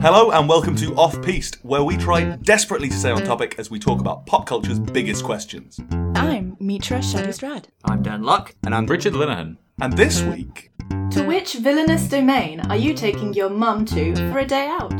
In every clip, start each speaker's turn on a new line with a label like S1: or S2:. S1: Hello and welcome to Off Piste, where we try desperately to stay on topic as we talk about pop culture's biggest questions.
S2: I'm Mitra Shetty Strad.
S3: I'm Dan Luck.
S4: And I'm Richard Linehan.
S1: And this week,
S2: To which villainous domain are you taking your mum to for a day out?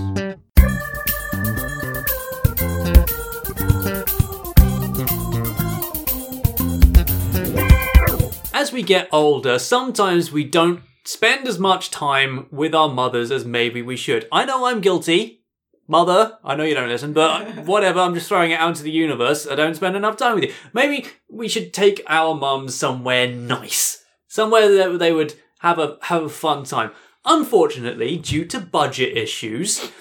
S3: As we get older, sometimes we don't spend as much time with our mothers as maybe we should. I know I'm guilty. Mother, I know you don't listen, but whatever, I'm just throwing it out into the universe. I don't spend enough time with you. Maybe we should take our mums somewhere nice. Somewhere that they would have a have a fun time. Unfortunately, due to budget issues,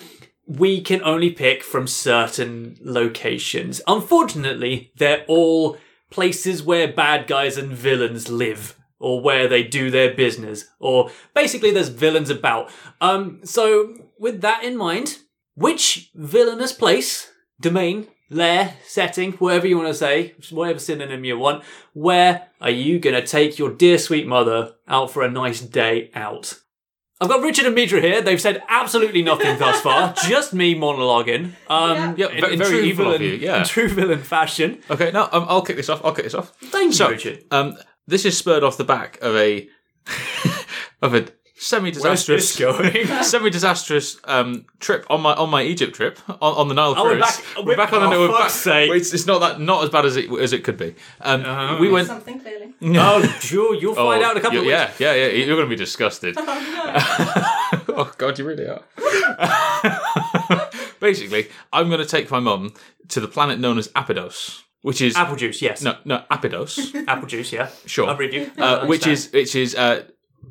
S3: we can only pick from certain locations. Unfortunately, they're all places where bad guys and villains live, or where they do their business, or basically there's villains about. Um, so with that in mind, which villainous place, domain, lair, setting, whatever you want to say, whatever synonym you want, where are you gonna take your dear sweet mother out for a nice day out? I've got Richard and Mitra here. They've said absolutely nothing thus far. Just me monologuing. Um,
S4: Yeah,
S3: in-
S4: ve-
S3: in
S4: very
S3: true
S4: evil of
S3: villain-
S4: you, yeah.
S3: in true villain fashion.
S4: Okay, no, um, I'll kick this off. I'll kick this off.
S3: Thank you,
S4: So,
S3: Richard.
S4: Um, this is spurred off the back of a of a semi-disastrous,
S3: going?
S4: semi-disastrous um, trip on my on my Egypt trip on, on the Nile
S3: Oh, we're
S4: cruise.
S3: back-
S4: we're back on the
S3: oh,
S4: we're back.
S3: fuck's sake.
S4: It's, it's not that not as bad as it as it could be. Um, we went.
S2: Something clearly.
S3: oh, sure. You'll find out in a couple
S4: you-
S3: of weeks.
S4: yeah, yeah, yeah. You're going to be disgusted. oh god, you really are. Basically, I'm going to take my mum to the planet known as Apidos, which is
S3: Apple juice, yes.
S4: no, no, Apidos.
S3: Apple juice, yeah.
S4: Sure.
S3: I'll read you.
S4: uh, which
S3: Understand.
S4: is which is uh,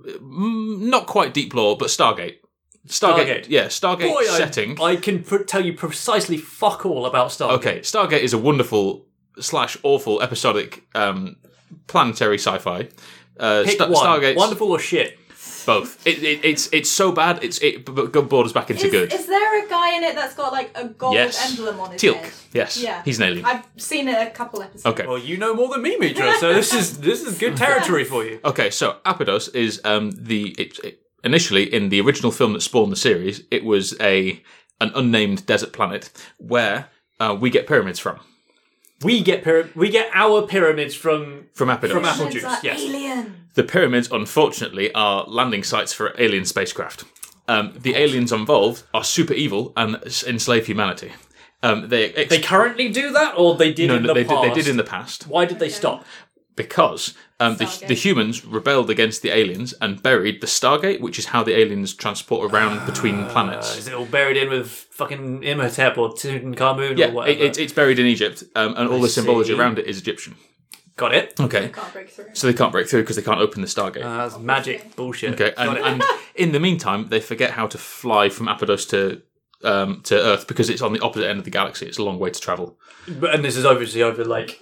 S4: mm, not quite Deep Law, but Stargate. Stargate,
S3: Stargate.
S4: yeah, Stargate
S3: Boy, I-
S4: setting.
S3: I, can pr- tell you precisely fuck all about Star.
S4: okay, Stargate is a wonderful slash awful episodic um, planetary sci-fi. Uh,
S3: Pick
S4: Sta-
S3: one.
S4: Stargate's
S3: Wonderful or shit?
S4: both. It, it, it's it's so bad. It's it b- b- borders back into
S5: Is,
S4: good.
S5: is there a guy in it that's got like a gold
S4: yes,
S5: emblem on his
S4: Teal'c.
S5: head?
S4: Yes,
S5: Yeah.
S4: he's an alien.
S5: I've seen it a couple episodes.
S4: Okay.
S3: Well, you know more than me, Mitra. So this is this is good territory for you.
S4: Okay, so Abydos is um, the it, it, initially in the original film that spawned the series. It was a an unnamed desert planet where uh, we get pyramids from
S3: We get pyra- we get our pyramids from
S4: from Abydos.
S3: From Apple
S5: Aliens
S3: juice,
S5: are
S3: yes.
S5: Alien.
S4: the pyramids, unfortunately, are landing sites for alien spacecraft. Um, the aliens involved are super evil and s- enslave humanity. Um, they ex-
S3: They currently do that, or they did
S4: no,
S3: in
S4: no,
S3: the
S4: they, did,
S3: past.
S4: they did in the past
S3: Why did they stop?
S4: because um, the,
S5: Stargate.
S4: the humans rebelled against the aliens and buried the Stargate, which is how the aliens transport around between planets.
S3: Ah, Uh, Is it all buried in with fucking Imhotep or Tutankhamun or
S4: Yeah, it,
S3: whatever?
S4: it, it's buried in Egypt, um, and all the symbology
S3: see.
S4: around it is Egyptian.
S3: Got it.
S4: Okay,
S5: Can't break through.
S4: so they can't break through because they can't open the Stargate.
S3: That's magic bullshit.
S4: okay,
S3: Got
S4: and,
S3: it.
S4: and in the meantime, they forget how to fly from Abydos to um, to Earth because it's on the opposite end of the galaxy. It's a long way to travel.
S3: But- and this is obviously over like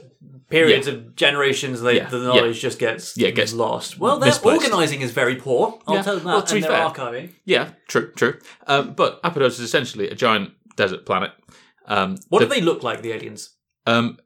S3: periods
S4: Yeah.
S3: of generations. They,
S4: Yeah,
S3: The
S4: yeah.
S3: knowledge just gets
S4: Yeah, it gets
S3: lost. Well, their
S4: misplaced.
S3: organising is very poor. I'll
S4: Yeah.
S3: tell them that.
S4: Well, to
S3: and
S4: be
S3: their
S4: fair-
S3: archiving.
S4: Yeah, true, true. Um, but Abydos is essentially a giant desert planet. Um,
S3: What
S4: the-
S3: do they look like? The aliens.
S4: Um,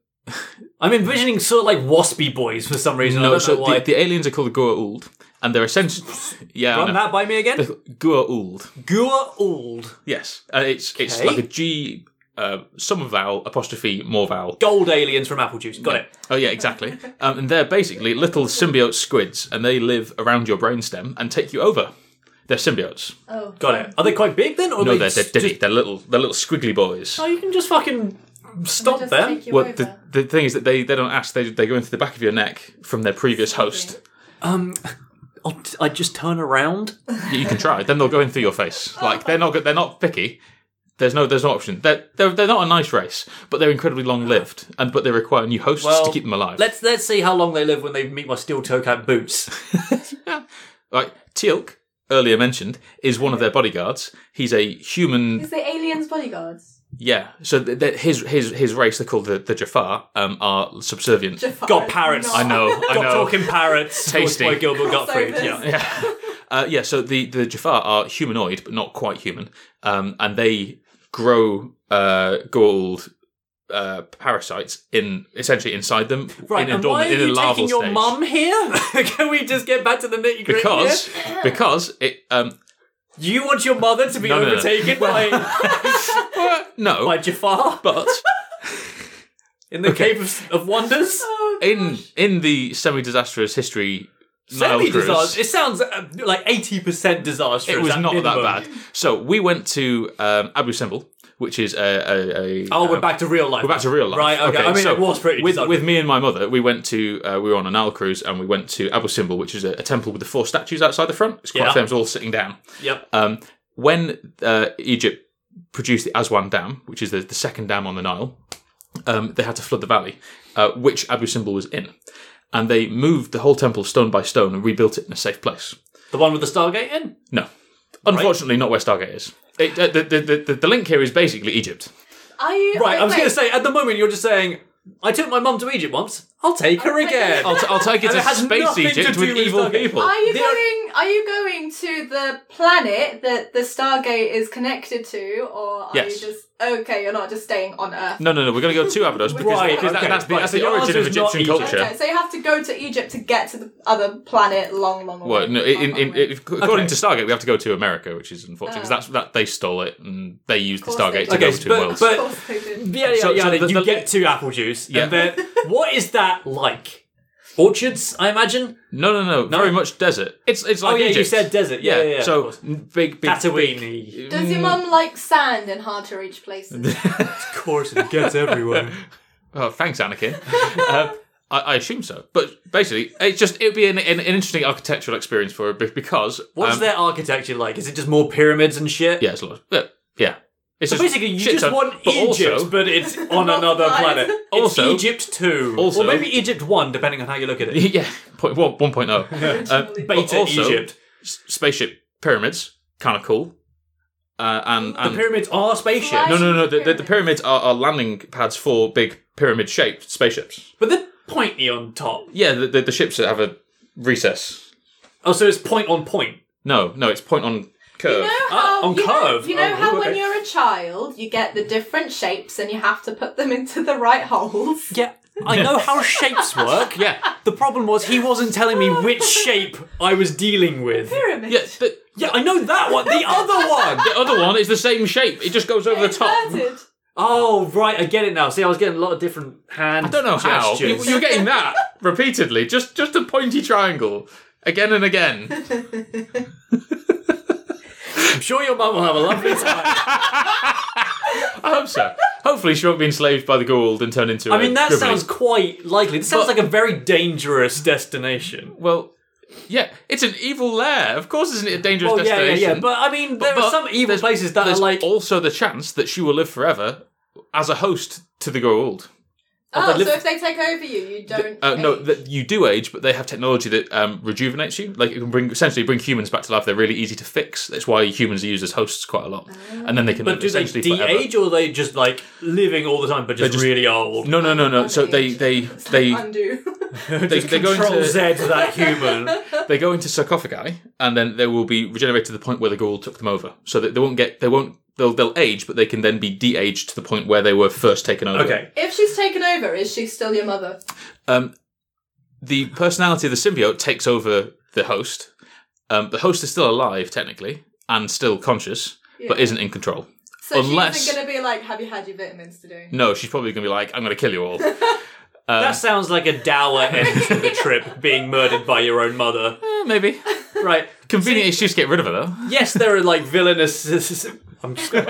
S3: I'm envisioning sort of like waspy boys for some reason. I
S4: no,
S3: don't
S4: so
S3: know why.
S4: the, the aliens are called the Goa'uld, and they're essentially yeah, I
S3: Run
S4: know.
S3: that by me again.
S4: Goa'uld.
S3: Gua old
S4: Yes, uh, it's it's
S3: Okay.
S4: like a G. Uh, some vowel apostrophe more vowel
S3: gold aliens from Apple Juice. Got it.
S4: Oh yeah, exactly. Um, and they're basically little symbiote squids, and they live around your brainstem and take you over. They're symbiotes.
S5: Oh.
S3: Got it. Are they quite big then, or
S4: No,
S3: are
S4: they're
S3: they
S4: they're
S3: s-
S4: diddy.
S3: just-
S4: They're little. They're little squiggly boys.
S3: Oh, you can just fucking stop
S5: Just
S3: them.
S5: take you
S4: Well,
S5: over.
S4: the, the thing is that they, they don't ask. They they go into the back of your neck from their previous host.
S3: I'll t- I just turn around.
S4: You can try. Then they'll go in through your
S5: Oh
S4: face. Like they're not good- they're not picky. There's no there's no option. They're they're, they're not a nice race, but they're incredibly long lived, and but they require new hosts
S3: Well,
S4: to keep them alive.
S3: Let's let's see how long they live when they meet my steel toe cap boots.
S4: Like Teal'c, earlier mentioned, is one of their bodyguards. He's a human
S5: Is the aliens bodyguards?
S4: Yeah, so th- th- his his his race, they're called the, the Jafar, um, are subservient.
S5: Jafar
S3: Got
S5: is
S3: parrots.
S5: not-
S4: I know, I
S3: Got
S4: know.
S3: talking parrots.
S4: Tasty.
S3: Voiced by Gilbert Gottfried.
S5: Crossovers.
S3: Yeah.
S4: Yeah, uh, yeah. So the the Jafar are humanoid, but not quite human, um, and they grow uh, gold uh, parasites in essentially inside them
S3: Right,
S4: in a
S3: and why
S4: dormant,
S3: are
S4: in a
S3: you
S4: larval
S3: taking your
S4: stage.
S3: mum here? Can we just get back to the nitty gritty?
S4: because because it um
S3: You want your mother to be
S4: No, no, no.
S3: overtaken by,
S4: No,
S3: by Jafar
S4: but
S3: in the
S4: Okay.
S3: Cave of, of Wonders?
S4: in in the semi-disastrous history, Nile
S3: Semi
S4: cruise,
S3: disaster. It sounds uh, like 80% disastrous.
S4: it was
S3: at
S4: not that
S3: minimum.
S4: bad. So we went to um, Abu Simbel, which is a, a, a
S3: Oh,
S4: uh,
S3: we're back to real life.
S4: We're back to real life.
S3: Right, okay. I mean,
S4: so
S3: it was pretty
S4: With,
S3: disastrous.
S4: with me and my mother, we went to, uh, we were on an Nile cruise and we went to Abu Simbel, which is a, a temple with the four statues outside the front. It's quite
S3: Yeah.
S4: famous, all sitting down.
S3: Yep.
S4: Um, when uh, Egypt produced the Aswan Dam, which is the, the second dam on the Nile, um, they had to flood the valley, uh, which Abu Simbel was in. And they moved the whole temple stone by stone and rebuilt it in a safe place.
S3: The one with the Stargate in?
S4: No. Unfortunately, not where Stargate is. It, uh, the, the, the, the link here is basically Egypt.
S5: Are you
S3: Right, I was
S5: okay.
S3: going to say, at the moment, you're just saying, I took my mum to Egypt once. I'll take her
S5: take
S3: again.
S4: I'll, t- I'll take it
S3: And
S4: to
S3: it has
S4: space
S3: nothing to
S4: Egypt
S3: do
S4: with
S3: with
S4: evil
S3: Stargate.
S4: people.
S5: Are you
S3: They are-
S5: going? Are you going to the planet that the Stargate is connected to, or are
S4: Yes.
S5: you just okay? You're not just staying on Earth.
S4: No, no, no. We're going to go to Abydos because
S3: Right,
S4: because that-
S3: okay,
S4: that's the,
S3: right,
S4: that's
S3: so
S4: the
S3: your
S4: origin
S3: answer
S4: of
S3: is not
S4: Egyptian
S3: Egypt.
S4: culture.
S5: Okay, so you have to go to Egypt to get to the other planet, long, long.
S4: Well,
S5: way.
S4: no, in, in, in, if- according
S3: Okay. Uh.
S4: to Stargate, we have to go to America, which is unfortunate because that's that they stole it and they used the
S5: Of course they
S4: Stargate to
S5: did.
S4: go
S3: Okay,
S4: between
S3: but,
S4: worlds.
S5: Of
S3: but
S5: course they did.
S3: yeah, yeah,
S4: So-
S3: yeah,
S4: so the-
S3: you
S4: the-
S3: get two apple juice.
S4: Yeah.
S3: And then, what is that like? Orchards, I imagine.
S4: no, no, no, very much desert. It's it's like
S3: oh yeah,
S4: Egypt.
S3: you said desert. Yeah, yeah. yeah, of
S4: so
S3: course.
S4: n- big, big, big.
S3: Tatooine.
S5: Does your mum like sand and hard to reach places?
S3: Of course, it gets everywhere.
S4: Oh, thanks, Anakin. uh, I, I assume so, but basically, it's just it'd be an, an, an interesting architectural experience for it be- because
S3: What's
S4: um,
S3: their architecture like? Is it just more pyramids and shit?
S4: Yeah, it's a lot. Of, yeah, it's
S3: So
S4: just
S3: basically, you
S4: shit
S3: just
S4: ton,
S3: want
S4: but
S3: Egypt,
S4: Also,
S3: but it's on
S5: Not
S3: another
S5: nice.
S3: planet. It's
S4: Also-
S3: Egypt two,
S4: also-
S3: or maybe Egypt one, depending on how you look at it.
S4: yeah, point, well, 1.0. Uh, but
S3: Beta
S4: also,
S3: Egypt.
S4: s- spaceship pyramids, kind of cool. Uh, and
S3: The
S4: and
S3: pyramids are spaceships,
S5: Why-
S4: no, no, no. The, the, the pyramids are, are landing pads for big pyramid-shaped spaceships.
S3: but they're pointy on top.
S4: Yeah, the, the, the ships that have a recess.
S3: Oh, so it's point on point.
S4: No, no, it's point on curve.
S5: You know how,
S3: on
S5: you
S3: curve.
S5: Know, you know
S3: Oh,
S5: how when
S3: okay.
S5: you're a child, you get the different shapes and you have to put them into the right holes.
S3: Yeah, I know how shapes work.
S4: Yeah,
S3: The problem was he wasn't telling me which shape I was dealing with.
S5: Pyramid.
S4: yeah. The,
S3: Yeah, I know that one. The other one.
S4: the other one is the same shape. It just goes over the top.
S5: Inverted.
S3: Oh right, I get it now. See, I was getting a lot of different hand.
S4: I don't know how you,
S3: gestures.
S4: you're getting that repeatedly. Just just a pointy triangle again and again.
S3: I'm sure your mum will have a lovely time.
S4: I hope so. Hopefully, she won't be enslaved by the Gould and turned into.
S3: I mean,
S4: a
S3: that
S4: Gribbly.
S3: sounds quite likely. This sounds
S4: But-
S3: like a very dangerous destination.
S4: Well, yeah, it's an evil lair. Of course, isn't it a dangerous
S3: Well, yeah, yeah,
S4: destination?
S3: yeah. But I mean, there
S4: But
S3: are some evil
S4: there's-
S3: places that are
S4: there's
S3: like.
S4: also the chance that she will live forever as a host to the Goa'uld.
S5: Oh,
S3: they live-
S5: so if they take over you, you don't.
S4: Uh, no,
S5: age.
S4: that you do age, but they have technology that um, rejuvenates you. Like it can bring essentially bring humans back to life. They're really easy to fix. That's why humans are used as hosts quite a lot, and then they can
S3: But
S4: live
S3: do they
S4: essentially forever.
S3: de-age or are they just like living all the time, but just,
S4: just-
S3: really old?
S4: No, no, no, no. So they they they
S5: undo.
S4: they, they go
S3: Control
S4: into
S3: Z to that human.
S4: they go into sarcophagi, and then they will be regenerated to the point where the Goa'uld took them over. So that they won't get they won't they'll they'll age, but they can then be de-aged to the point where they were first taken over.
S3: Okay.
S5: if she's taken over, is she still your mother?
S4: Um, the personality of the symbiote takes over the host. Um, the host is still alive technically and still conscious, but
S5: Yeah.
S4: isn't in control.
S5: So
S4: Unless-
S5: she isn't going to be like, "Have you had your vitamins today?"
S4: No, she's probably going to be like, "I'm going to kill you all." Eh, Um,
S3: that sounds like a dour end to the trip, being murdered by your own mother.
S4: Eh, maybe
S3: Right.
S4: convenient excuse to get rid of her though.
S3: Yes, there are like villainous. I'm just gonna,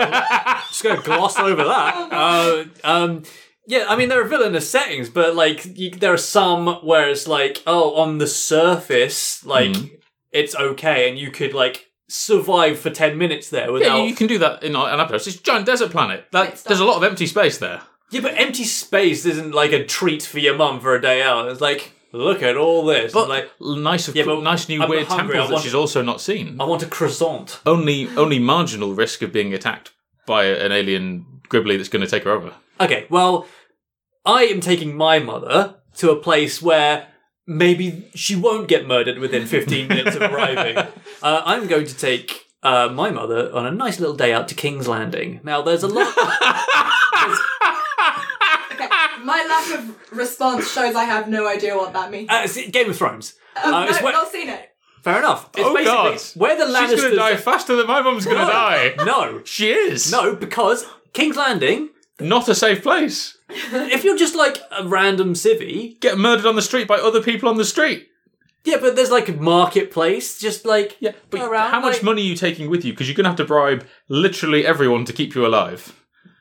S3: just gonna gloss over that. Uh, um, yeah, I mean there are villainous settings, but like you, there are some where it's like, oh, on the surface, like
S4: Hmm.
S3: it's okay, and you could like survive for ten minutes there
S4: Yeah,
S3: without.
S4: you-
S3: Yeah,
S4: you can do that in an Abydos. It's a giant desert planet. Like, there's a lot of empty space there.
S3: but empty space isn't like a treat for your mum for a day out. It's like, look at all this.
S4: But
S3: like,
S4: nice, of,
S3: Yeah, but
S4: nice new
S3: I'm
S4: weird
S3: hungry, I
S4: temples that
S3: want-
S4: she's also not seen.
S3: I want a croissant.
S4: Only, only marginal risk of being attacked by an alien gribbly that's going to take her over.
S3: Okay, well, I am taking my mother to a place where maybe she won't get murdered within 15 minutes of arriving. Uh, I'm going to take uh, my mother on a nice little day out to King's Landing. Now, there's a lot.
S5: Okay. My lack of response shows I have no idea what that means.
S3: uh, see, Game of Thrones.
S5: Um,
S3: Uh,
S5: no,
S3: it's where-
S5: not seen it.
S3: Fair enough. It's
S4: oh God!
S3: basically where the
S4: She's going
S3: Lannisters.
S4: to die faster than my mum's going to die.
S3: No,
S4: She is.
S3: no, because King's Landing.
S4: Not a safe place.
S3: If you're just like a random civvy,
S4: Get murdered on the street by other people on the street.
S3: yeah, but there's like a marketplace, just like
S4: Yeah, but
S3: around,
S4: how much
S3: like-
S4: money are you taking with you? Because you're going to have to bribe literally everyone to keep you alive.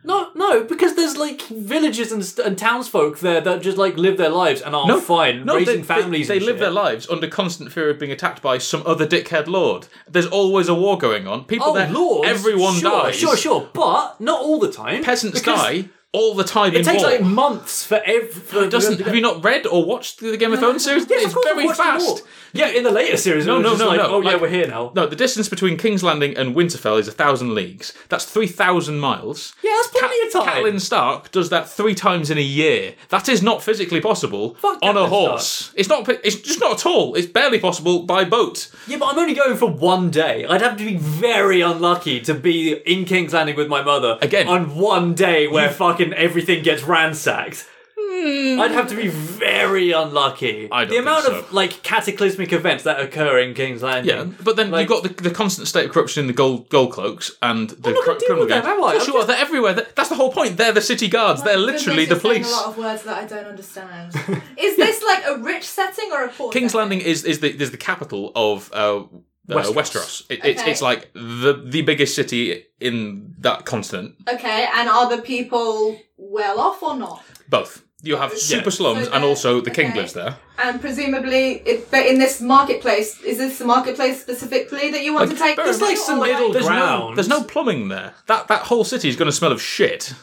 S3: No, no, because there's like villagers and, st- and townsfolk there that just like live their lives and are
S4: No,
S3: Oh, fine,
S4: no,
S3: raising
S4: they,
S3: families.
S4: They,
S3: and
S4: they live
S3: shit.
S4: their lives under constant fear of being attacked by some other dickhead lord. There's always a war going on. People
S3: Oh
S4: there,
S3: lord!
S4: everyone
S3: sure,
S4: dies.
S3: Sure, sure, but not all the time.
S4: Peasants
S3: because
S4: die all the time
S3: It
S4: in
S3: takes
S4: war.
S3: like months for every.
S4: It doesn't, have you not read or watched the Game of Thrones series?
S3: Yes,
S4: it's
S3: of course,
S4: very
S3: I've watched them all.
S4: fast.
S3: Yeah, in the later series,
S4: No,
S3: it was
S4: no,
S3: just
S4: no,
S3: like,
S4: no,
S3: Oh yeah,
S4: like-
S3: we're here now.
S4: No, the distance between King's Landing and Winterfell is a thousand leagues. That's three thousand miles.
S3: Yeah, that's plenty of time.
S4: Catelyn Stark does that three times in a year. That is not physically possible
S3: Fuck
S4: on a
S3: Catelyn
S4: horse. It's not. It's just not at all. It's barely possible by boat.
S3: Yeah, but I'm only going for one day. I'd have to be very unlucky to be in King's Landing with my mother
S4: Again.
S3: on one day where fucking everything gets ransacked. I'd have to be very unlucky.
S4: Hmm. I don't
S3: the
S4: think
S3: amount
S4: so.
S3: of like cataclysmic events that occur in King's Landing.
S4: Yeah, but then
S3: Like-
S4: you've got the, the constant state of corruption in the gold gold cloaks and the
S3: not gonna
S4: cr-
S3: deal
S4: criminal
S3: with them,
S4: gangs.
S3: am I?
S4: Of course
S3: I'm
S4: you are. They're everywhere. They're- that's the whole point. They're the city guards. They're literally the
S5: Goodness, you're saying
S4: police.
S5: A lot of words that I don't understand. Is this like a rich setting or a poor?
S4: King's
S5: setting?
S4: Landing is is the is the capital of uh, uh,
S3: Westeros.
S4: Westeros. It, it's
S5: Okay.
S4: it's like the the biggest city in that continent.
S5: Okay, and are the people well off or not?
S4: Both you have super slums
S5: So
S4: and
S5: they're-
S4: also the king
S5: okay.
S4: lives there.
S5: And presumably, it, but in this marketplace, is this the marketplace specifically that you want to take?
S4: bear
S5: this
S4: in mind-
S5: to,
S3: some
S5: or,
S3: middle
S5: like-
S4: There's no,
S3: Ground.
S4: there's no plumbing there. That that whole city is going to smell of shit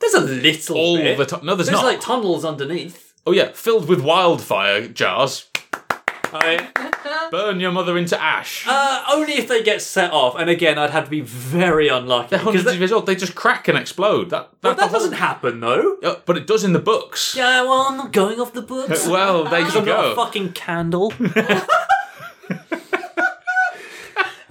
S3: There's a little
S4: all
S3: bit.
S4: the time. No, there's,
S3: There's
S4: not.
S3: like tunnels underneath.
S4: oh yeah, filled with wildfire jars. Burn your mother into ash.
S3: Uh, only if they get set off, and again, I'd have to be very unlucky.
S4: They're hundreds
S3: that,
S4: of years old. They just crack and explode. That that,
S3: well,
S4: the
S3: that
S4: whole-
S3: doesn't happen though.
S4: Yeah, but it does in the books.
S3: Yeah, well, I'm not going off the books.
S4: Well, there you
S3: I'm not a
S4: go.
S3: fucking candle.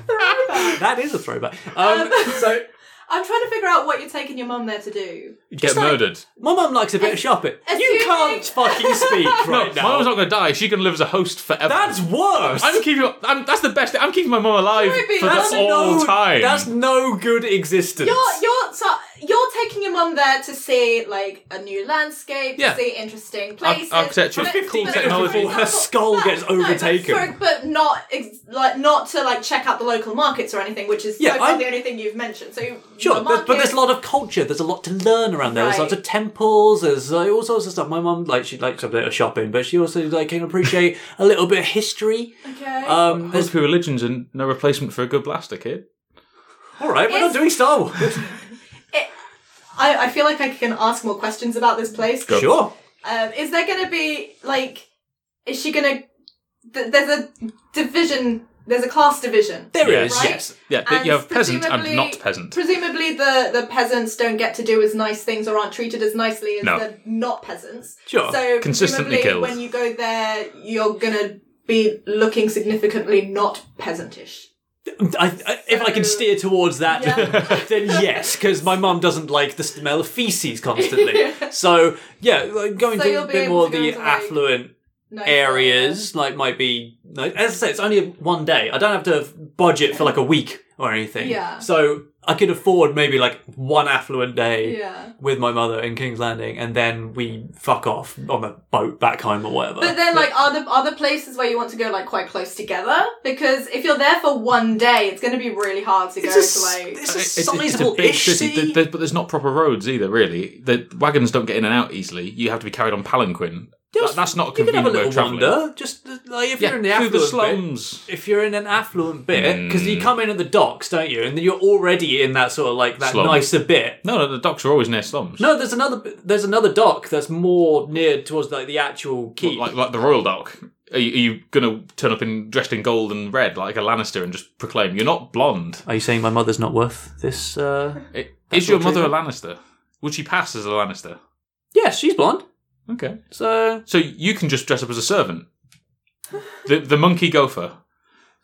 S3: that is a throwback. Um, so
S5: I'm trying to figure out what you're taking your mum there to do.
S4: Get
S3: like-
S4: murdered.
S3: my mum likes a bit of shopping. You
S5: assuming-
S3: can't fucking speak right
S4: no,
S3: now.
S4: my mum's not going to die. She can live as a host forever.
S3: that's worse.
S4: I'm keeping. I'm, that's the best. thing. I'm keeping my mum alive
S5: Should I be-
S4: for
S5: That's
S4: the all
S3: no,
S4: time.
S3: That's no good existence.
S5: You're you're so you're taking your mum there to see like a new landscape,
S4: Yeah.
S5: to see interesting places,
S4: architecture,
S5: but-
S4: cool
S5: but-
S4: technology.
S5: but-
S3: Her skull
S5: but-
S3: gets
S5: no, but
S3: overtaken.
S5: for- but not ex- like not to like check out the local markets or anything, which is
S3: Yeah,
S5: so far
S3: I'm-
S5: the only thing you've mentioned. So you-
S3: Sure,
S5: the
S3: but, but there's
S5: market-
S3: a lot of culture. There's a lot to learn around there. There's
S5: Right.
S3: lots of temples. There's like, all sorts of stuff. My mum like she likes a bit of shopping, but she also like can appreciate a little bit of history.
S5: Okay.
S3: Um, there's-
S4: There's pure religions and no replacement for a good blaster, kid.
S3: all right, we're not
S5: It's-
S3: doing Star Wars.
S5: I, I feel like I can ask more questions about this place.
S4: Go.
S3: sure.
S5: Um, is there going to be like? Is she going to? Th- there's a division. There's a class division.
S3: There
S4: Yeah,
S3: is.
S5: right?
S3: yes.
S4: Yeah, that you
S5: And
S4: have peasant and
S5: presumably-
S4: not peasant.
S5: Presumably, the, the peasants don't get to do as nice things or aren't treated as nicely as
S4: No.
S5: the not peasants.
S3: Sure.
S5: So
S4: Consistently
S5: presumably
S4: killed.
S5: When you go there, you're gonna be looking significantly not peasantish.
S3: I, I, if I can
S5: So-
S3: steer towards that,
S5: Yeah.
S3: then yes, because my mum doesn't like the smell of feces constantly. So yeah, like going
S5: So
S3: to
S5: you'll
S3: a
S5: be
S3: bit
S5: able
S3: more of
S5: to go
S3: the
S5: into, like,
S3: affluent
S5: No,
S3: areas, like might be. Like, as I say, it's only one day. I don't have to budget for like a week or anything.
S5: Yeah.
S3: So I could afford maybe like one affluent day.
S5: Yeah.
S3: With my mother in King's Landing, and then we fuck off on a boat back home or whatever.
S5: But then, like, are the are the places where you want to go like quite close together? Because if you're there for one day, it's going to be really hard to
S3: it's
S5: go
S3: a,
S5: to
S3: s-
S5: like.
S3: it's a
S4: It's- it's- it's a
S3: sizable
S4: big
S3: ish
S4: city,
S3: city.
S4: th- th- but there's not proper roads either. Really, the wagons don't get in and out easily. You have to be carried on palanquin. That, that's not a
S3: You can have
S4: convenient
S3: a
S4: way
S3: little
S4: of travelling.
S3: wander, just uh, like if
S4: Yeah,
S3: you're in the
S4: through
S3: affluent
S4: the
S3: bit.
S4: slums. Hmm.
S3: If you're in an affluent bit, because you come in at the docks, don't you? And then you're already in that sort of like that
S4: Slum.
S3: nicer bit.
S4: No, no, the docks are always near slums.
S3: No, there's another there's another dock that's more near towards like the actual keep.
S4: like like the royal dock. Are you, are you going to turn up in dressed in gold and red like a Lannister and just proclaim you're not blonde?
S3: Are you saying my mother's not worth this? Uh...
S4: I- Is
S3: That's
S4: your
S3: what
S4: mother a
S3: treason.
S4: Lannister? Would she pass as a Lannister?
S3: Yes, she's blonde.
S4: Okay,
S3: So
S4: so you can just dress up as a servant. The the monkey gopher.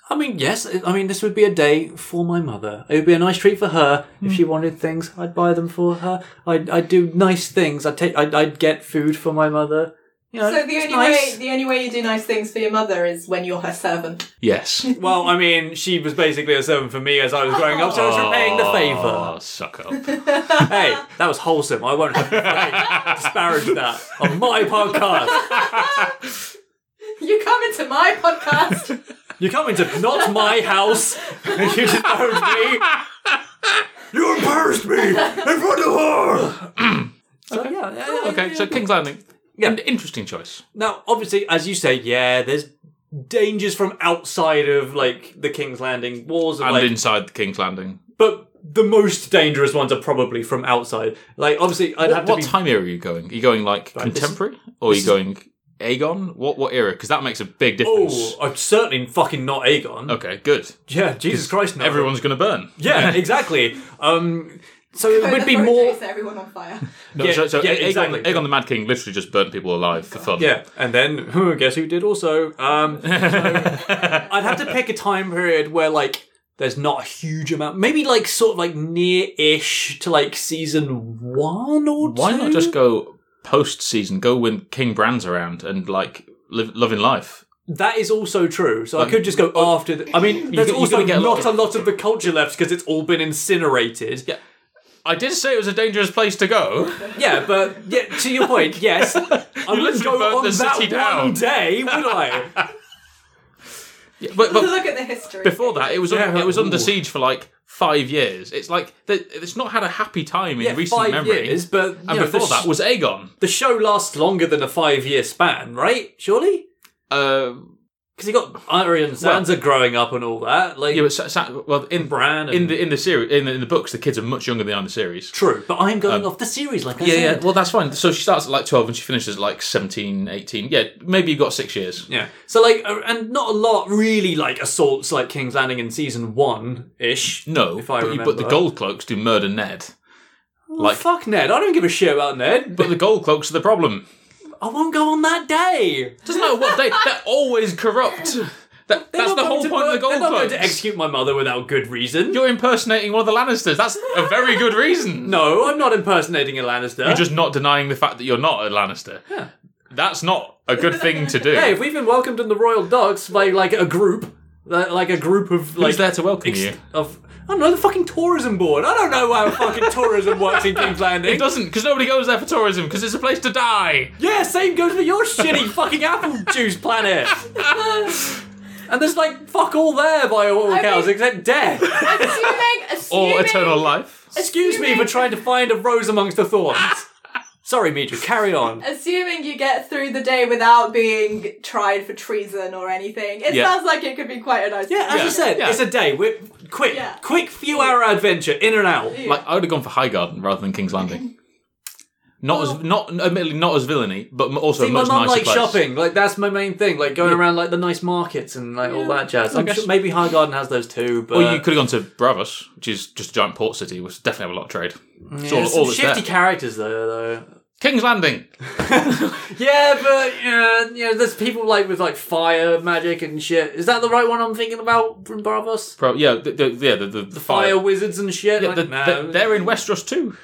S3: I mean, yes. I mean, this would be a day for my mother. It would be a nice treat for her if she wanted things. I'd buy them for her. I'd I'd do nice things. I'd take I'd, I'd get food for my mother. You know,
S5: so the
S3: it's
S5: only
S3: nice.
S5: way the only way you do nice things for your mother is when you're her servant.
S4: Yes.
S3: Well, I mean, she was basically a servant for me as I was growing up, so I was repaying the favour.
S4: Oh, suck up.
S3: Hey, that was wholesome. I won't have hey, disparage that on my podcast.
S5: You come into my podcast.
S3: You come into not my house. You disparage me.
S1: You embarrassed me in front of her.
S3: So, yeah, yeah, yeah,
S4: okay, so King's Landing.
S3: Yeah.
S4: An interesting choice.
S3: Now, obviously, as you say, yeah, there's dangers from outside of like the King's Landing walls, of,
S4: And
S3: like,
S4: inside the King's Landing.
S3: but the most dangerous ones are probably from outside. Like, obviously, I'd have
S4: What,
S3: to
S4: what
S3: be.
S4: time era are you going? Are you going like
S3: Right, this-
S4: contemporary? or are you going Aegon? What what era? Because that makes a big difference.
S3: Oh, I'm certainly fucking not Aegon.
S4: Okay, good.
S3: Yeah, Jesus Christ, no.
S4: Oh. Everyone's going to burn.
S3: Yeah, exactly. Um, so it would be
S5: Before it
S3: more.
S5: takes everyone on fire.
S4: No,
S3: Yeah,
S4: so so
S3: yeah,
S4: Aegon,
S3: exactly.
S4: Aegon the Mad King literally just burnt people alive for fun.
S3: Yeah, and then who guess who did also? Um, so I'd have to pick a time period where like there's not a huge amount, maybe like sort of like near-ish to like season one or two.
S4: Why not just go post season? Go when King Bran's around and like live, loving life.
S3: That is also true. So I could just go after. The, I mean, there's
S4: you're
S3: also
S4: gonna Um, oh, get a lot
S3: not
S4: of-
S3: a lot of the culture left because it's all been incinerated. Yeah.
S4: I did say it was a dangerous place to go.
S3: Yeah, but yeah, to your point, yes. I wouldn't
S4: literally
S3: go
S4: burnt
S3: on
S4: the
S3: that
S4: city
S3: one
S4: down.
S3: day, would I?
S4: Yeah, but, but
S5: Look at the history.
S4: before that, it was un-
S3: Yeah,
S4: it was under
S3: ooh.
S4: siege for like five years. It's like th- it's not had a happy time in
S3: Yeah,
S4: recent
S3: five
S4: memory.
S3: years, but you
S4: and
S3: know,
S4: before
S3: the, sh-
S4: that was Aegon.
S3: the show lasts longer than a five-year span, right? Surely,
S4: Uh,
S3: because you got Arya and Sansa growing up and all that. Like,
S4: yeah, but Sa- Sa- well, in
S3: Bran and-
S4: in the in the series in the, in the books, the kids are much younger than they are in the series.
S3: true. But I'm going off the series, like I
S4: Um, Yeah, yeah.
S3: said.
S4: Well, that's fine. So she starts at like twelve and she finishes at like 17, 18. Yeah, maybe you got six years.
S3: Yeah. So like, uh, and not a lot really like assaults like King's Landing in season one ish.
S4: No,
S3: if I
S4: but, you-
S3: remember.
S4: but the gold cloaks do murder Ned. like-
S3: fuck Ned. I don't give a shit about Ned. But
S4: But the gold cloaks are the problem.
S3: I won't go on that day.
S4: Doesn't matter what they they're always corrupt. That, that's
S3: They're
S4: the
S3: not
S4: whole
S3: going to
S4: point of the
S3: mur-
S4: gold
S3: They're not going
S4: cloaks.
S3: to execute my mother without good reason.
S4: You're impersonating one of the Lannisters. That's a very good reason.
S3: no, I'm not impersonating a Lannister.
S4: You're just not denying the fact that you're not a Lannister.
S3: Yeah.
S4: That's not a good thing to do.
S3: Hey, if we've been welcomed in the royal docks by like a group, like like a group of like
S4: Who's there to welcome
S3: ex-
S4: you?
S3: of I don't know the fucking tourism board. I don't know how fucking tourism works in King's
S4: It
S3: Landing.
S4: doesn't, because nobody goes there for tourism, because it's a place to die.
S3: Yeah, same goes for your shitty fucking apple juice planet. and there's like fuck all there by all accounts except death.
S5: assuming, assuming,
S4: Or eternal life.
S3: Excuse me for trying to find a rose amongst the thorns. Sorry, Miju, carry on.
S5: assuming you get through the day without being tried for treason or anything. It
S4: Yeah.
S5: sounds like it could be quite a nice.
S3: Yeah, as
S4: Yeah.
S3: you said,
S4: Yeah.
S3: it's a day. We're quick,
S5: Yeah.
S3: quick few hour adventure in and out.
S4: Like, I would have gone for Highgarden rather than King's Landing. Not as, not, admittedly, not as villainy, but m- also
S3: See,
S4: a
S3: my
S4: much
S3: mum
S4: nicer
S3: likes
S4: place.
S3: shopping. Like that's my main thing. Like going around like the nice markets and like all that jazz. I'm
S4: guess-
S3: sure maybe High Garden has those too. But
S4: Or you could have gone to Bravos, which is just a giant port city, which definitely have a lot of trade. It's all,
S3: There's some
S4: all that's
S3: shifty
S4: there.
S3: characters though, though.
S4: King's Landing.
S3: Yeah, but yeah, you know, there's people like with like fire magic and shit. Is that the right one I'm thinking about from Bravos?
S4: Pro- yeah, the, the, yeah, the, the, the
S3: Fire,
S4: fire.
S3: wizards and shit.
S4: Yeah,
S3: like,
S4: the-
S3: no.
S4: the- they're in Westeros too.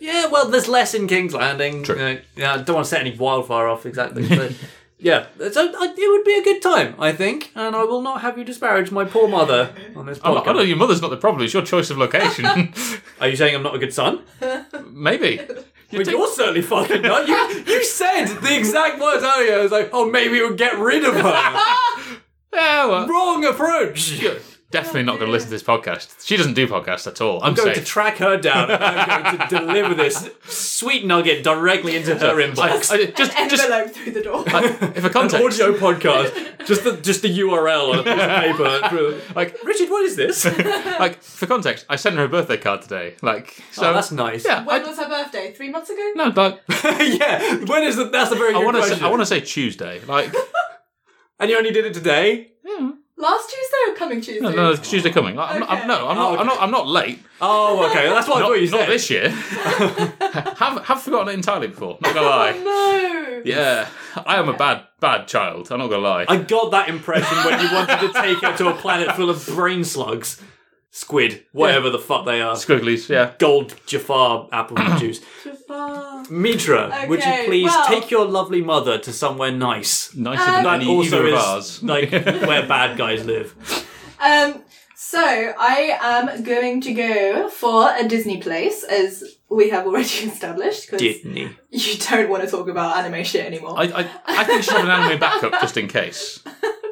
S3: yeah, well, there's less in King's Landing.
S4: True.
S3: You know, yeah, I don't want to set any wildfire off exactly, but yeah, so I, it would be a good time, I think, and I will not have you disparage my poor mother on this
S4: I'm not- I
S3: podcast.
S4: know your mother's not the problem. It's your choice of location.
S3: Are you saying I'm not a good son?
S4: Maybe.
S3: But you're certainly fucking not. You, you said the exact words earlier. It was like, oh, maybe we'll get rid of her.
S4: Yeah, well,
S3: Wrong approach.
S4: you're definitely not going to listen to this podcast. She doesn't do podcasts at all. I'm,
S3: I'm going
S4: safe.
S3: to track her down. and I'm going to deliver this sweet nugget directly into her inbox.
S4: I- I- just,
S5: An
S4: just
S5: envelope through the door.
S4: if a context,
S3: Audio podcast, just the just the URL on a piece of paper.
S4: like,
S3: Richard, what is this? Oh,
S4: like for context, I sent her a birthday card today. Like, so
S3: that's nice.
S4: yeah.
S5: when
S4: I,
S5: was her birthday? Three months ago.
S4: no, like,
S3: yeah. When is the? That's a very
S4: I
S3: good
S4: want to,
S3: question.
S4: say, I want to say Tuesday. Like,
S3: and you only did it today.
S5: Last Tuesday or coming Tuesday?
S4: no, no, it's Tuesday coming. Like, I'm, not, I'm, no, I'm not, I'm not, I'm not late.
S3: Oh, okay. That's what I
S4: Not,
S3: thought you
S4: not
S3: said.
S4: this year. have have forgotten it entirely before. Not gonna lie.
S5: No.
S4: Yeah, I am a bad bad child. I'm not gonna lie.
S3: I got that impression when you wanted to take her to a planet full of brain slugs. squid, whatever the fuck they are.
S4: Squigglies, yeah.
S3: Gold Jafar apple juice.
S5: Jafar.
S3: Mitra, would you
S5: Okay,
S3: please
S5: well-
S3: take your lovely mother to somewhere nice?
S4: Nicer
S5: Um,
S4: than
S3: That
S4: any
S3: also
S4: either
S3: is
S4: of ours.
S3: like where bad guys live.
S5: Um, so I am going to go for a Disney place, as we have already established, because
S3: Disney.
S5: you don't want to talk about anime shit anymore.
S4: I, I, I think you should have an anime backup just in case.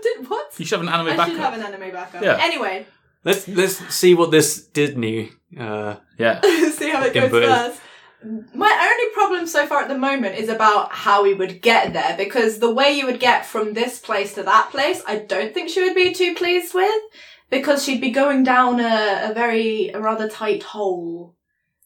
S5: Did what?
S4: You should have an anime
S5: I
S4: backup.
S5: should have an anime backup.
S4: Yeah.
S5: Anyway,
S3: Let's let's see what this Disney. Uh,
S4: yeah.
S5: see how it goes
S3: Inverted.
S5: first. My only problem so far at the moment is about how we would get there because the way you would get from this place to that place, I don't think she would be too pleased with because she'd be going down a, a very a rather tight hole.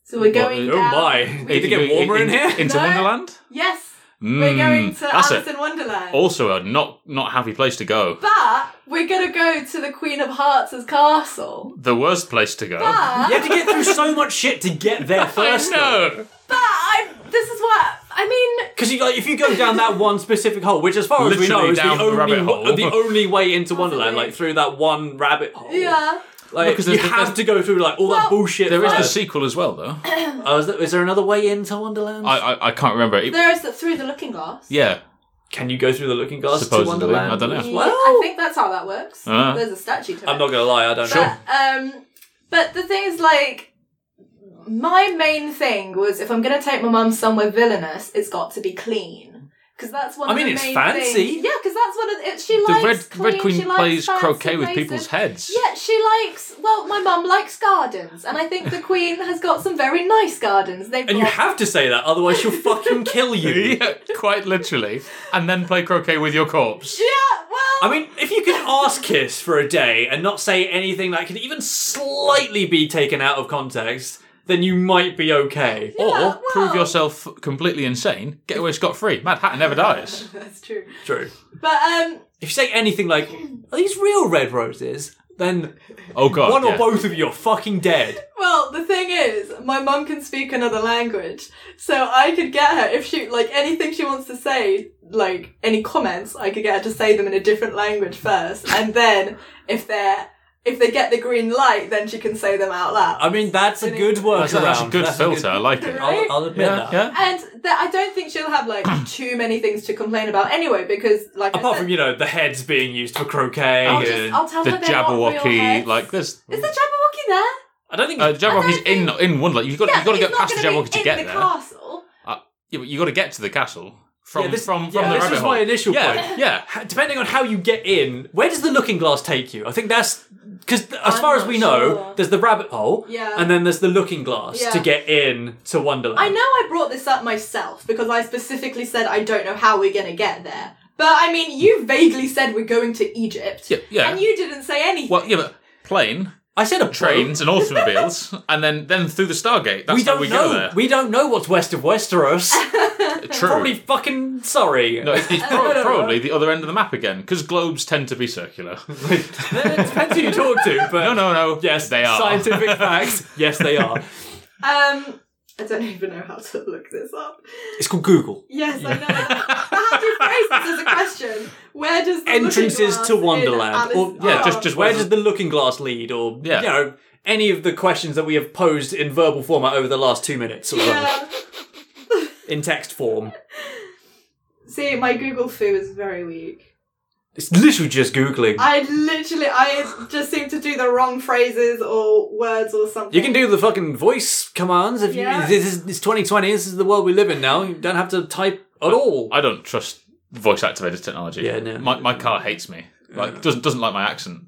S5: So we're going.
S3: oh
S5: down-
S3: my! Did it get warmer in, here?
S4: Into
S5: No.
S4: Wonderland?
S5: Yes,
S4: Mm,
S5: we're going to
S4: that's
S5: Alice
S4: a,
S5: in Wonderland.
S4: also a not not happy place to go.
S5: but we're gonna go to the Queen of Hearts' castle.
S4: The worst place to go.
S5: But
S3: you have to get through so much shit to get there
S4: I
S3: first.
S4: know.
S5: but I, this is what I mean.
S3: Because you, like, if you go down that one specific hole, which as far as we know
S4: Literally
S3: is the
S4: down the
S3: only,
S4: rabbit hole.
S3: the only way into Wonderland,
S5: Possibly.
S3: like through that one rabbit hole.
S5: Yeah.
S3: Like
S4: Because
S3: you
S4: there's-
S3: have
S4: there's-
S3: to go through like all
S5: Well,
S3: that bullshit.
S4: There is the
S3: first.
S4: sequel as well, though. I,
S3: Oh, is, there, is there another way into Wonderland?
S4: I, I can't remember. It,
S5: There is the, through the looking glass.
S4: yeah.
S3: Can you go through the Looking Glass to
S4: Supposedly.
S3: Wonderland?
S4: I don't know.
S3: as
S5: Yeah,
S3: well?
S5: I think that's how that works.
S4: Uh-huh.
S5: There's a statue to it.
S3: I'm not gonna lie, I don't know.
S5: But, um, but the thing is, like, my main thing was if I'm going to take my mum somewhere villainous, it's got to be clean. Because that's one
S3: I
S5: of
S3: mean,
S5: the
S3: it's
S5: main
S3: fancy.
S5: things- Yeah, because that's one of the, it, she
S4: The
S5: likes
S4: Red,
S5: clean,
S4: Red
S5: she
S4: Queen
S5: likes
S4: plays
S5: fancy
S4: croquet with
S5: places.
S4: people's heads.
S5: Yeah, she likes. Well, my mum likes gardens, and I think the Queen has got some very nice gardens. They've
S3: And you
S5: got
S3: have to say that, otherwise she'll fucking kill you.
S4: Yeah, quite literally. And then play croquet with your corpse.
S5: Yeah, well,
S3: I mean, if you could ask Kiss for a day and not say anything that could even slightly be taken out of context, then you might be okay.
S4: or
S5: well-
S4: prove yourself completely insane, get away scot free. Mad Hatter never dies.
S5: that's true.
S3: True.
S5: But um,
S3: If you say anything like, are these real red roses? Then
S4: Oh god.
S3: one
S4: yeah.
S3: or both of you are fucking dead.
S5: Well, the thing is, my mum can speak another language, so I could get her if she like anything she wants to say, like any comments, I could get her to say them in a different language first, and then if they're if they get the green light, then she can say them out loud.
S3: I mean, that's a good workaround.
S4: That's, that's a good filter. I like it.
S5: Right?
S3: I'll, I'll admit
S4: Yeah,
S3: that.
S4: yeah.
S5: and th- I don't think she'll have like too many things to complain about anyway, because like
S3: Apart
S5: I
S3: from
S5: said,
S3: you know the heads being used for croquet.
S4: Oh,
S5: I'll
S3: and-
S5: just- I'll tell
S4: the
S5: her they're not real
S4: Jabberwocky,
S5: heads.
S4: like this.
S5: is the Jabberwocky there?
S3: I don't think.
S4: Uh, Jabberwocky's
S5: don't
S4: in in Wonderland. You've got
S5: Yeah,
S4: you've got
S5: but
S4: to get
S5: he's not
S4: past the
S5: gonna
S4: Jabberwocky
S5: be
S4: to
S5: in
S4: get
S5: the
S4: there.
S5: castle.
S4: Uh, yeah, but you got to get to the castle from
S3: Yeah, this-
S4: from from
S3: yeah,
S4: the
S3: this
S4: rabbit
S3: was
S4: hole.
S3: my initial
S4: yeah,
S3: point.
S4: Yeah,
S3: Ha- depending on how you get in, where does the looking glass take you? I think that's because, as
S5: I'm
S3: far as
S5: not
S3: we know,
S5: sure.
S3: there's the rabbit hole,
S5: Yeah.
S3: and then there's the looking glass
S5: Yeah.
S3: to get in to Wonderland.
S5: I know I brought this up myself because I specifically said I don't know how we're gonna get there. But I mean, you vaguely said we're going to Egypt,
S4: yeah, yeah.
S5: and you didn't say anything.
S4: well, yeah, but plane,
S3: I said a boat.
S4: trains, and automobiles, and then then through the Stargate. That's
S3: We
S4: how
S3: don't
S4: we
S3: know.
S4: go there.
S3: We don't know what's west of Westeros.
S4: True.
S3: Probably fucking sorry.
S4: no, it's, it's pro-
S3: no, no.
S4: probably the other end of the map again because globes tend to be circular.
S3: it depends who you talk to, but
S4: No, no, no.
S3: yes,
S4: they are
S3: scientific fact. Yes, they are.
S5: Um, I don't even know how to look this up.
S3: It's called Google.
S5: Yes, I know. but how do you phrase this as a question? Where does the looking
S3: Entrances
S5: glass
S3: to
S5: in
S3: Wonderland,
S5: Alice-
S3: or yeah,
S5: Oh.
S3: just just where does the looking glass lead, or
S4: Yeah.
S3: you know any of the questions that we have posed in verbal format over the last two minutes or so,
S5: Yeah.
S3: in text form.
S5: See, my Google foo is very weak.
S3: It's literally just googling.
S5: I literally, I just seem to do the wrong phrases or words or something.
S3: you can do the fucking voice commands if
S5: Yeah.
S3: you. This is it's 2020. This is the world we live in now. You don't have to type at all.
S4: I don't trust voice activated technology.
S3: Yeah, no.
S4: My my car hates me. Like doesn't doesn't like my accent.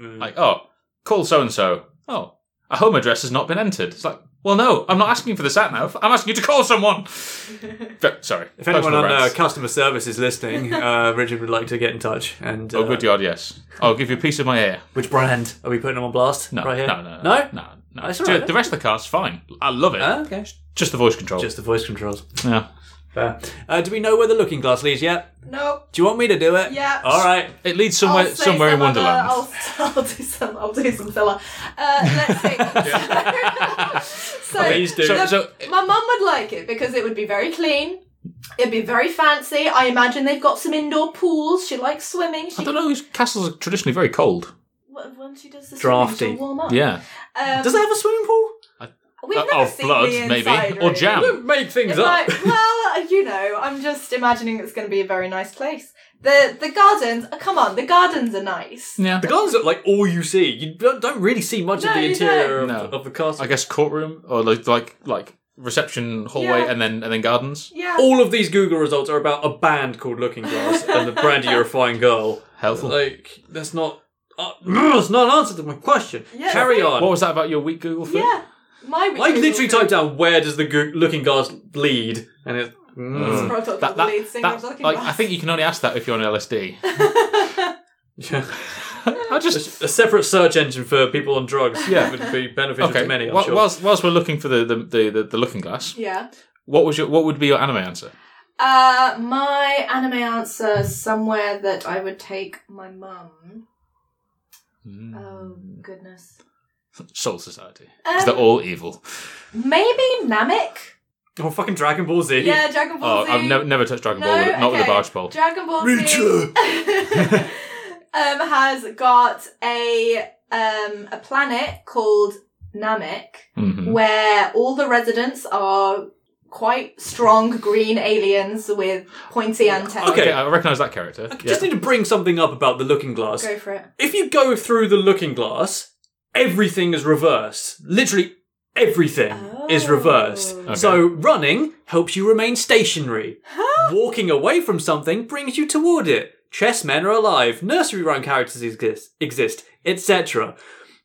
S3: Mm.
S4: Like, oh, call so and so. Oh, a home address has not been entered. It's like, well, no, I'm not asking for the sat nav. I'm asking you to call someone. But- sorry.
S3: if anyone
S4: personal
S3: on uh,
S4: rants.
S3: customer service is listening, uh, Richard would like to get in touch. And uh,
S4: Oh, good yard, yes. I'll give you a piece of my ear.
S3: which brand are we putting them on blast?
S4: No,
S3: right here.
S4: no, no,
S3: no.
S4: no, no, no.
S3: That's all
S4: Dude,
S3: right.
S4: the rest of the car's fine. I love it.
S3: Ah, okay.
S4: Just the voice control.
S3: Just the voice controls.
S4: yeah.
S3: Fair. Uh, do we know where the looking glass leads yet?
S5: Nope.
S3: Do you want me to do it?
S5: Yeah.
S3: All right.
S4: It leads
S5: I'll
S4: somewhere,
S5: say
S4: somewhere in
S5: some other-
S4: Wonderland.
S5: I'll, I'll do some. I'll do some filler. Uh, let's see. so,
S3: Please do.
S4: So-
S5: the-
S4: so-
S5: my mum would like it because it would be very clean. It'd be very fancy. I imagine they've got some indoor pools. She likes swimming. She
S4: I don't know. Castles are traditionally very cold.
S5: What, when she does the
S3: Drafty.
S5: drafting, warm up.
S4: Yeah.
S5: Um,
S3: Does it have a swimming pool?
S5: we've
S4: Uh,
S5: never
S4: of
S5: seen
S4: blood,
S5: the
S4: maybe,
S5: inside,
S4: or
S5: really.
S4: jam.
S3: Don't make things
S5: It's
S3: up.
S5: like, well, you know, I'm just imagining it's going to be a very nice place. The the gardens, oh, come on, the gardens are nice.
S4: Yeah.
S3: The gardens are like all you see. You don't, don't really see much
S5: No,
S3: of the
S5: you
S3: interior of,
S4: don't. No.
S3: of the castle.
S4: I guess courtroom or like like like reception hallway
S5: Yeah.
S4: and then and then gardens.
S5: Yeah.
S3: all of these Google results are about a band called Looking Glass and the brand You're a Fine Girl.
S4: Helpful.
S3: Like, that's not. Uh, that's not an answer to my question.
S5: Yeah,
S3: Carry on.
S4: what was that about your weak Google food?
S5: yeah. My
S3: I literally
S5: Google-
S3: typed down where does the Goo Looking Glass lead, and it's.
S5: It's
S4: Mm.
S5: probably talked
S4: That,
S5: about the
S4: that,
S5: lead singer
S4: that-
S5: of Looking
S4: like,
S5: Glass.
S4: I think you can only ask that if you're on LSD.
S3: Yeah.
S4: I just
S3: a separate search engine for people on drugs
S4: Yeah.
S3: would be beneficial
S4: okay.
S3: to many, I'm
S4: Wh-
S3: sure.
S4: Whilst whilst we're looking for the the, the, the, the looking glass,
S5: Yeah.
S4: what was your what would be your anime answer?
S5: Uh, my anime answer somewhere that I would take my mum.
S4: Mm.
S5: Oh goodness.
S4: Soul Society.
S5: Um,
S4: Because they're all evil.
S5: Maybe Namek.
S3: oh, fucking Dragon Ball Z.
S5: Yeah, Dragon Ball
S4: Oh,
S5: Z.
S4: I've never never touched Dragon Ball, with it, not with a
S5: okay.
S4: barge pole.
S5: Dragon Ball Z um, has got a um, a planet called Namek,
S4: Mhm.
S5: where all the residents are quite strong green aliens with pointy antennae.
S3: Okay.
S4: Okay, I recognise that character.
S3: I
S4: Yeah.
S3: just need to bring something up about the Looking Glass.
S5: Go for it.
S3: If you go through the Looking Glass, everything is reversed. Literally everything is reversed.
S5: Oh.
S3: So running helps you remain stationary. Walking away from something brings you toward it. Chessmen are alive. Nursery rhyme characters exist, exist etc.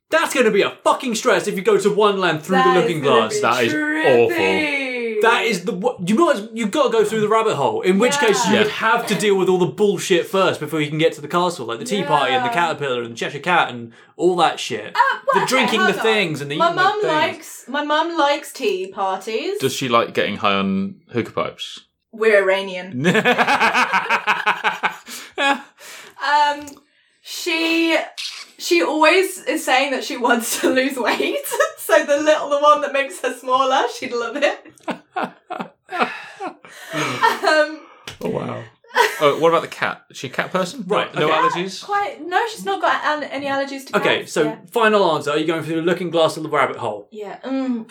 S3: That's going to be a fucking stress if you go to one land through the Looking Glass.
S4: That is
S5: awful.
S3: That is the what you know. You got to go through the rabbit hole. In which case, you
S4: Yeah.
S3: would have to deal with all the bullshit first before you can get to the castle, like the Tea Party and the
S5: Yeah. Uh,
S3: Caterpillar and the Cheshire Cat and all that shit.
S5: well,
S3: the
S5: okay,
S3: drinking the
S5: hold on.
S3: things and the
S5: my
S3: eating the
S5: mum
S3: things.
S5: likes my mum likes tea parties.
S4: Does she like getting high on hookah pipes?
S5: We're Iranian. Um, she she always is saying that she wants to lose weight. so the little the one that makes her smaller, she'd love it. um,
S4: Oh wow. oh, what about the cat? Is she a cat person?
S3: Right,
S4: No
S3: okay.
S4: allergies.
S5: quite no, she's not got an- any allergies to.
S3: Okay,
S5: cats,
S3: so
S5: yeah.
S3: final answer: Are you going through the looking glass or the rabbit hole?
S5: yeah, mm.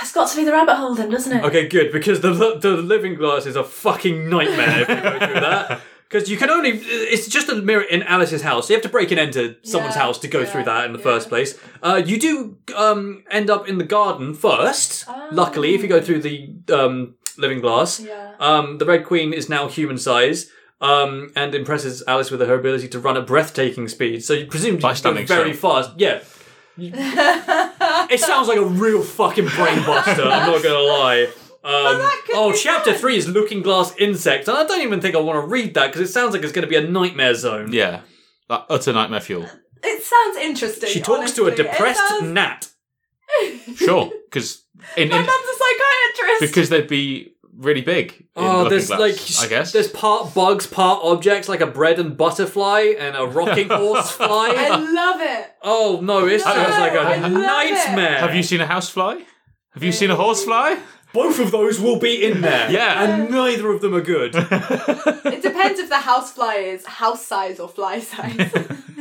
S5: it's got to be the rabbit hole then, doesn't it?
S3: Okay, good because the the living glass is a fucking nightmare if you go through that. Because you can only, it's just a mirror in Alice's house. You have to break and enter someone's
S5: Yeah,
S3: house to go
S5: yeah,
S3: through that in the
S5: yeah.
S3: first place. Uh, you do um, end up in the garden first,
S5: Ah.
S3: luckily, if you go through the um, living glass.
S5: Yeah.
S3: Um, the Red Queen is now human size um, and impresses Alice with her ability to run at breathtaking speed. So you presume
S4: By
S3: she's
S4: standing
S3: very fast. Yeah. it sounds like a real fucking brainbuster. I'm not gonna lie. Um,
S5: that could
S3: oh,
S5: be
S3: chapter
S5: fun.
S3: three is Looking Glass Insects, and I don't even think I want to read that because it sounds like it's going to be a nightmare zone.
S4: Yeah. That utter nightmare fuel.
S5: It sounds interesting.
S3: she talks to a
S5: honestly. It
S3: depressed
S5: sounds-
S3: gnat.
S4: Sure, because in,
S5: My
S4: in
S5: mum's a psychiatrist.
S4: because they'd be really big. In
S3: Oh,
S4: Looking
S3: there's
S4: Glass,
S3: like
S4: I guess
S3: there's part bugs, part objects, like a bread and butterfly and a rocking horse
S5: I
S3: fly.
S5: love it.
S3: Oh no, it sounds like
S5: I
S3: a
S5: love it.
S3: nightmare.
S4: Have you seen a housefly? Have you seen a horsefly?
S3: Both of those will be in there.
S4: Yeah.
S3: and neither of them are good.
S5: It depends if the house fly is house size or fly size.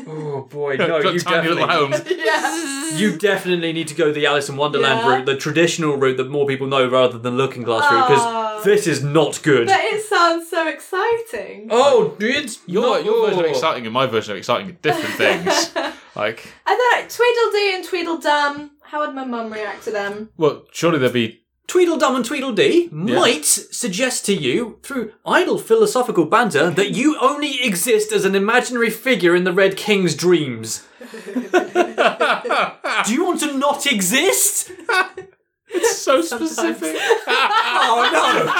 S3: oh boy, no,
S4: Got
S3: you
S4: tiny
S3: definitely.
S4: little homes.
S5: yeah.
S3: You definitely need to go the Alice in Wonderland
S5: Yeah.
S3: route, the traditional route that more people know rather than Looking Glass route, because
S5: Oh.
S3: this is not good.
S5: But it sounds so exciting.
S3: oh, it's
S4: Your
S3: not
S4: your version of
S3: oh.
S4: exciting and my version of exciting are different things. like,
S5: I thought Tweedledee and Tweedledum. How would my mum react to them?
S4: well, surely there'd be
S3: Tweedledum and Tweedledee might suggest to you, through idle philosophical banter, that you only exist as an imaginary figure in the Red King's dreams. Do you want to not exist?
S4: so specific.
S3: Oh no!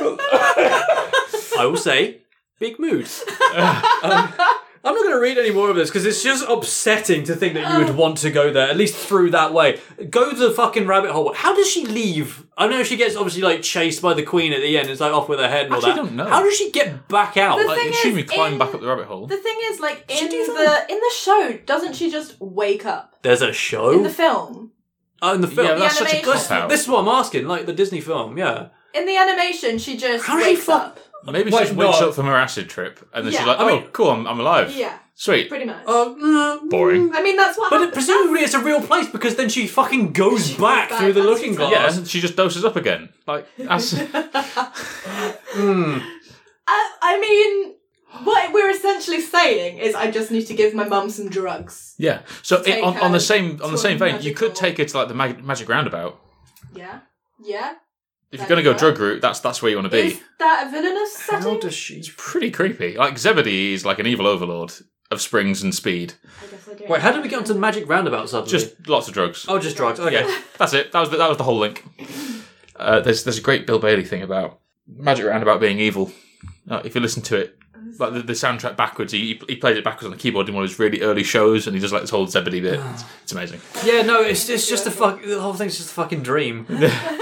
S3: Oh, I will say, big mood. Um, I'm not going to read any more of this because it's just upsetting to think that you would want to go there, at least through that way. Go to the fucking rabbit hole. How does she leave? I know she gets obviously like chased by the queen at the end. It's like off with her head and all
S4: Actually,
S3: that.
S4: I don't know.
S3: How does she get back out?
S5: The
S3: Like,
S4: I
S5: thing
S4: assume
S5: is,
S4: you climb
S5: in-
S4: back up the rabbit hole.
S5: The thing is, like
S3: She
S5: in
S3: do
S5: the in the show, doesn't she just wake up
S3: there's a show
S5: in the film?
S3: oh, in the film.
S4: yeah, that's
S5: The
S4: such a
S5: animation.
S4: cop out.
S3: this is what I'm asking. Like the Disney film, yeah.
S5: In the animation, she just
S3: How does she
S5: wakes
S3: fuck?
S5: up.
S4: Maybe she
S3: Wait,
S4: just wakes
S3: no.
S4: up from her acid trip and then she's
S5: Yeah.
S4: like,
S3: I
S4: oh,
S3: mean-
S4: cool, I'm, I'm alive.
S5: Yeah,
S4: Sweet.
S5: pretty much.
S3: Oh, mm.
S4: Boring.
S5: I mean, that's what.
S3: But
S5: happens.
S3: presumably it's a real place because then she fucking goes back
S5: back,
S3: through the
S5: that's
S3: looking
S5: exactly-
S3: glass.
S4: Yeah, and she just doses up again. Like, acid.
S5: I, I mean, what we're essentially saying is, I just need to give my mum some drugs.
S4: yeah. So
S5: Take
S4: it, on,
S5: her
S4: on the same on
S5: to
S4: the same
S5: a
S4: vein, you
S5: magical-
S4: could take her to like the mag- magic roundabout.
S5: Yeah, yeah.
S4: If you're
S5: Like
S4: going to go
S5: that.
S4: drug route, that's that's where you want to be.
S5: Is that a villainous
S3: How
S5: setting?
S3: does she?
S4: It's pretty creepy. Like Zebedee is like an evil overlord of springs and speed.
S5: I guess I don't
S3: Wait, how did
S5: know.
S3: we get onto the magic roundabout suddenly?
S4: Just lots of drugs.
S3: oh, just drugs. Okay.
S4: Yeah, that's it. That was the, that was the whole link. Uh, there's there's a great Bill Bailey thing about Magic Roundabout being evil. Uh, if you listen to it, like the, the soundtrack backwards, he he plays it backwards on the keyboard in one of his really early shows, and he does like this whole Zebedee bit. It's,
S3: Ah.
S4: it's amazing.
S3: Yeah, no, it's it's just a fuck. The whole thing's just a fucking dream.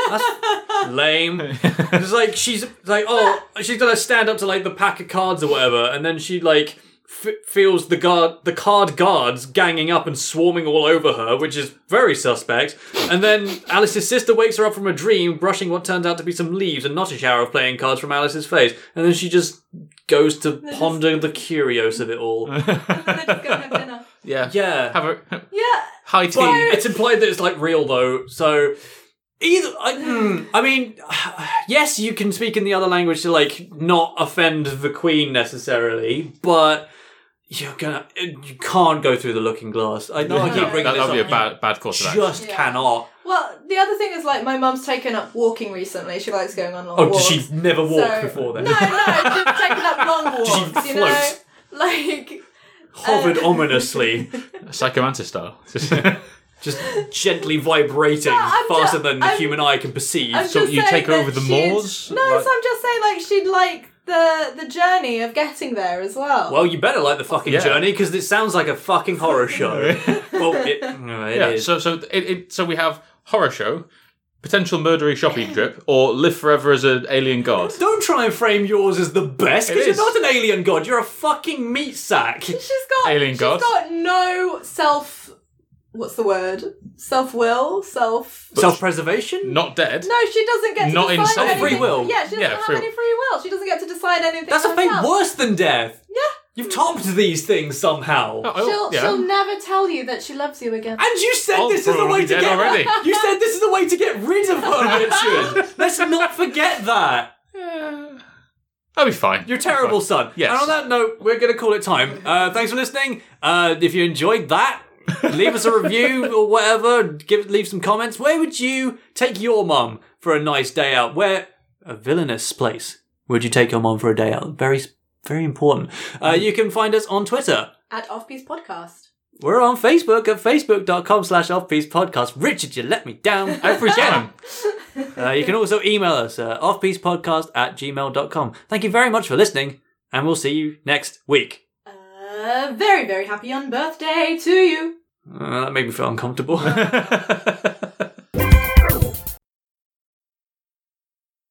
S3: That's lame. It's like she's like, oh, she's gonna stand up to like the pack of cards or whatever, and then she like f- feels the guard, the card guards ganging up and swarming all over her, which is very suspect. And then Alice's sister wakes her up from a dream, brushing what turns out to be some leaves and not a shower of playing cards from Alice's face, and then she just goes to ponder the curios of it all.
S5: They're just going to have dinner.
S4: Yeah,
S3: Yeah,
S4: Have a
S5: Yeah,
S4: high tea.
S3: but it's implied that it's like real though. So either I, mm, I mean, yes, you can speak in the other language to like not offend the queen necessarily, but you're gonna you can't go through the looking glass. I know I keep
S4: that,
S3: bringing
S4: that would be
S3: this
S4: a
S3: up.
S4: bad bad course of
S3: You
S4: action.
S3: just
S5: Yeah.
S3: cannot.
S5: Well, the other thing is like my mum's taken up walking recently. She likes going on long
S3: Oh, did
S5: walks.
S3: she never walk
S5: So-
S3: before then?
S5: No, um, no, she's taken up long walks. you know,
S3: float?
S5: like
S3: Hovered ominously,
S4: Psychomantis style.
S3: just gently vibrating
S5: I'm
S3: faster
S5: ju-
S3: than the
S5: I'm-
S3: human eye can perceive.
S5: I'm
S4: So
S5: just
S4: you
S5: saying
S4: take her
S5: that
S4: over the
S5: she'd-
S4: moors?
S5: No,
S4: Like-
S5: so I'm just saying like she'd like the the journey of getting there as well.
S3: well, you better like the fucking
S4: Yeah.
S3: journey because it sounds like a fucking horror show. well, it, no, it
S4: yeah.
S3: is.
S4: So so it, it so we have horror show, potential murdery shopping trip, or live forever as an alien god.
S3: Don't try and frame yours as the best
S4: It
S3: because you're
S4: is.
S3: not an alien god. You're a fucking meat sack.
S5: she's got
S4: Alien
S5: she's
S4: gods?
S5: got no self. What's the word? Self will, self.
S3: Self-preservation.
S4: Not dead.
S5: No, she doesn't get to
S4: Not
S5: decide
S4: insane.
S5: anything.
S3: Free will.
S5: Yeah, she doesn't
S4: Yeah,
S5: have
S4: free
S5: any
S4: will.
S5: free will. She doesn't get to decide anything.
S3: That's a thing
S5: herself.
S3: worse than death.
S5: Yeah.
S3: You've topped these things somehow.
S4: Oh,
S5: She'll,
S4: yeah.
S5: she'll never tell you that she loves you again.
S3: And you said
S4: Oh,
S3: this is the
S4: bro,
S3: way to
S4: we dead
S3: get.
S4: already.
S3: You said this is the way to get rid of her, Richard. Let's not forget that.
S4: That'll be fine.
S3: You're a terrible son.
S4: Yes.
S3: And on that note, we're going to call it time. Uh, thanks for listening. Uh, if you enjoyed that, leave us a review or whatever. Give leave some comments. Where would you take your mum for a nice day out? Where a villainous place would you take your mum for a day out? Very, very important. Uh, you can find us on Twitter.
S5: At Offbeat Podcast.
S3: We're on Facebook at facebook.com slash offbeats podcast. Richard, you let me down.
S4: Every time.
S3: Uh, you can also email us uh, offbeatspodcast at gmail.com. Thank you very much for listening, and we'll see you next week.
S5: Uh, very, very happy on birthday to you.
S3: Uh, that made me feel uncomfortable.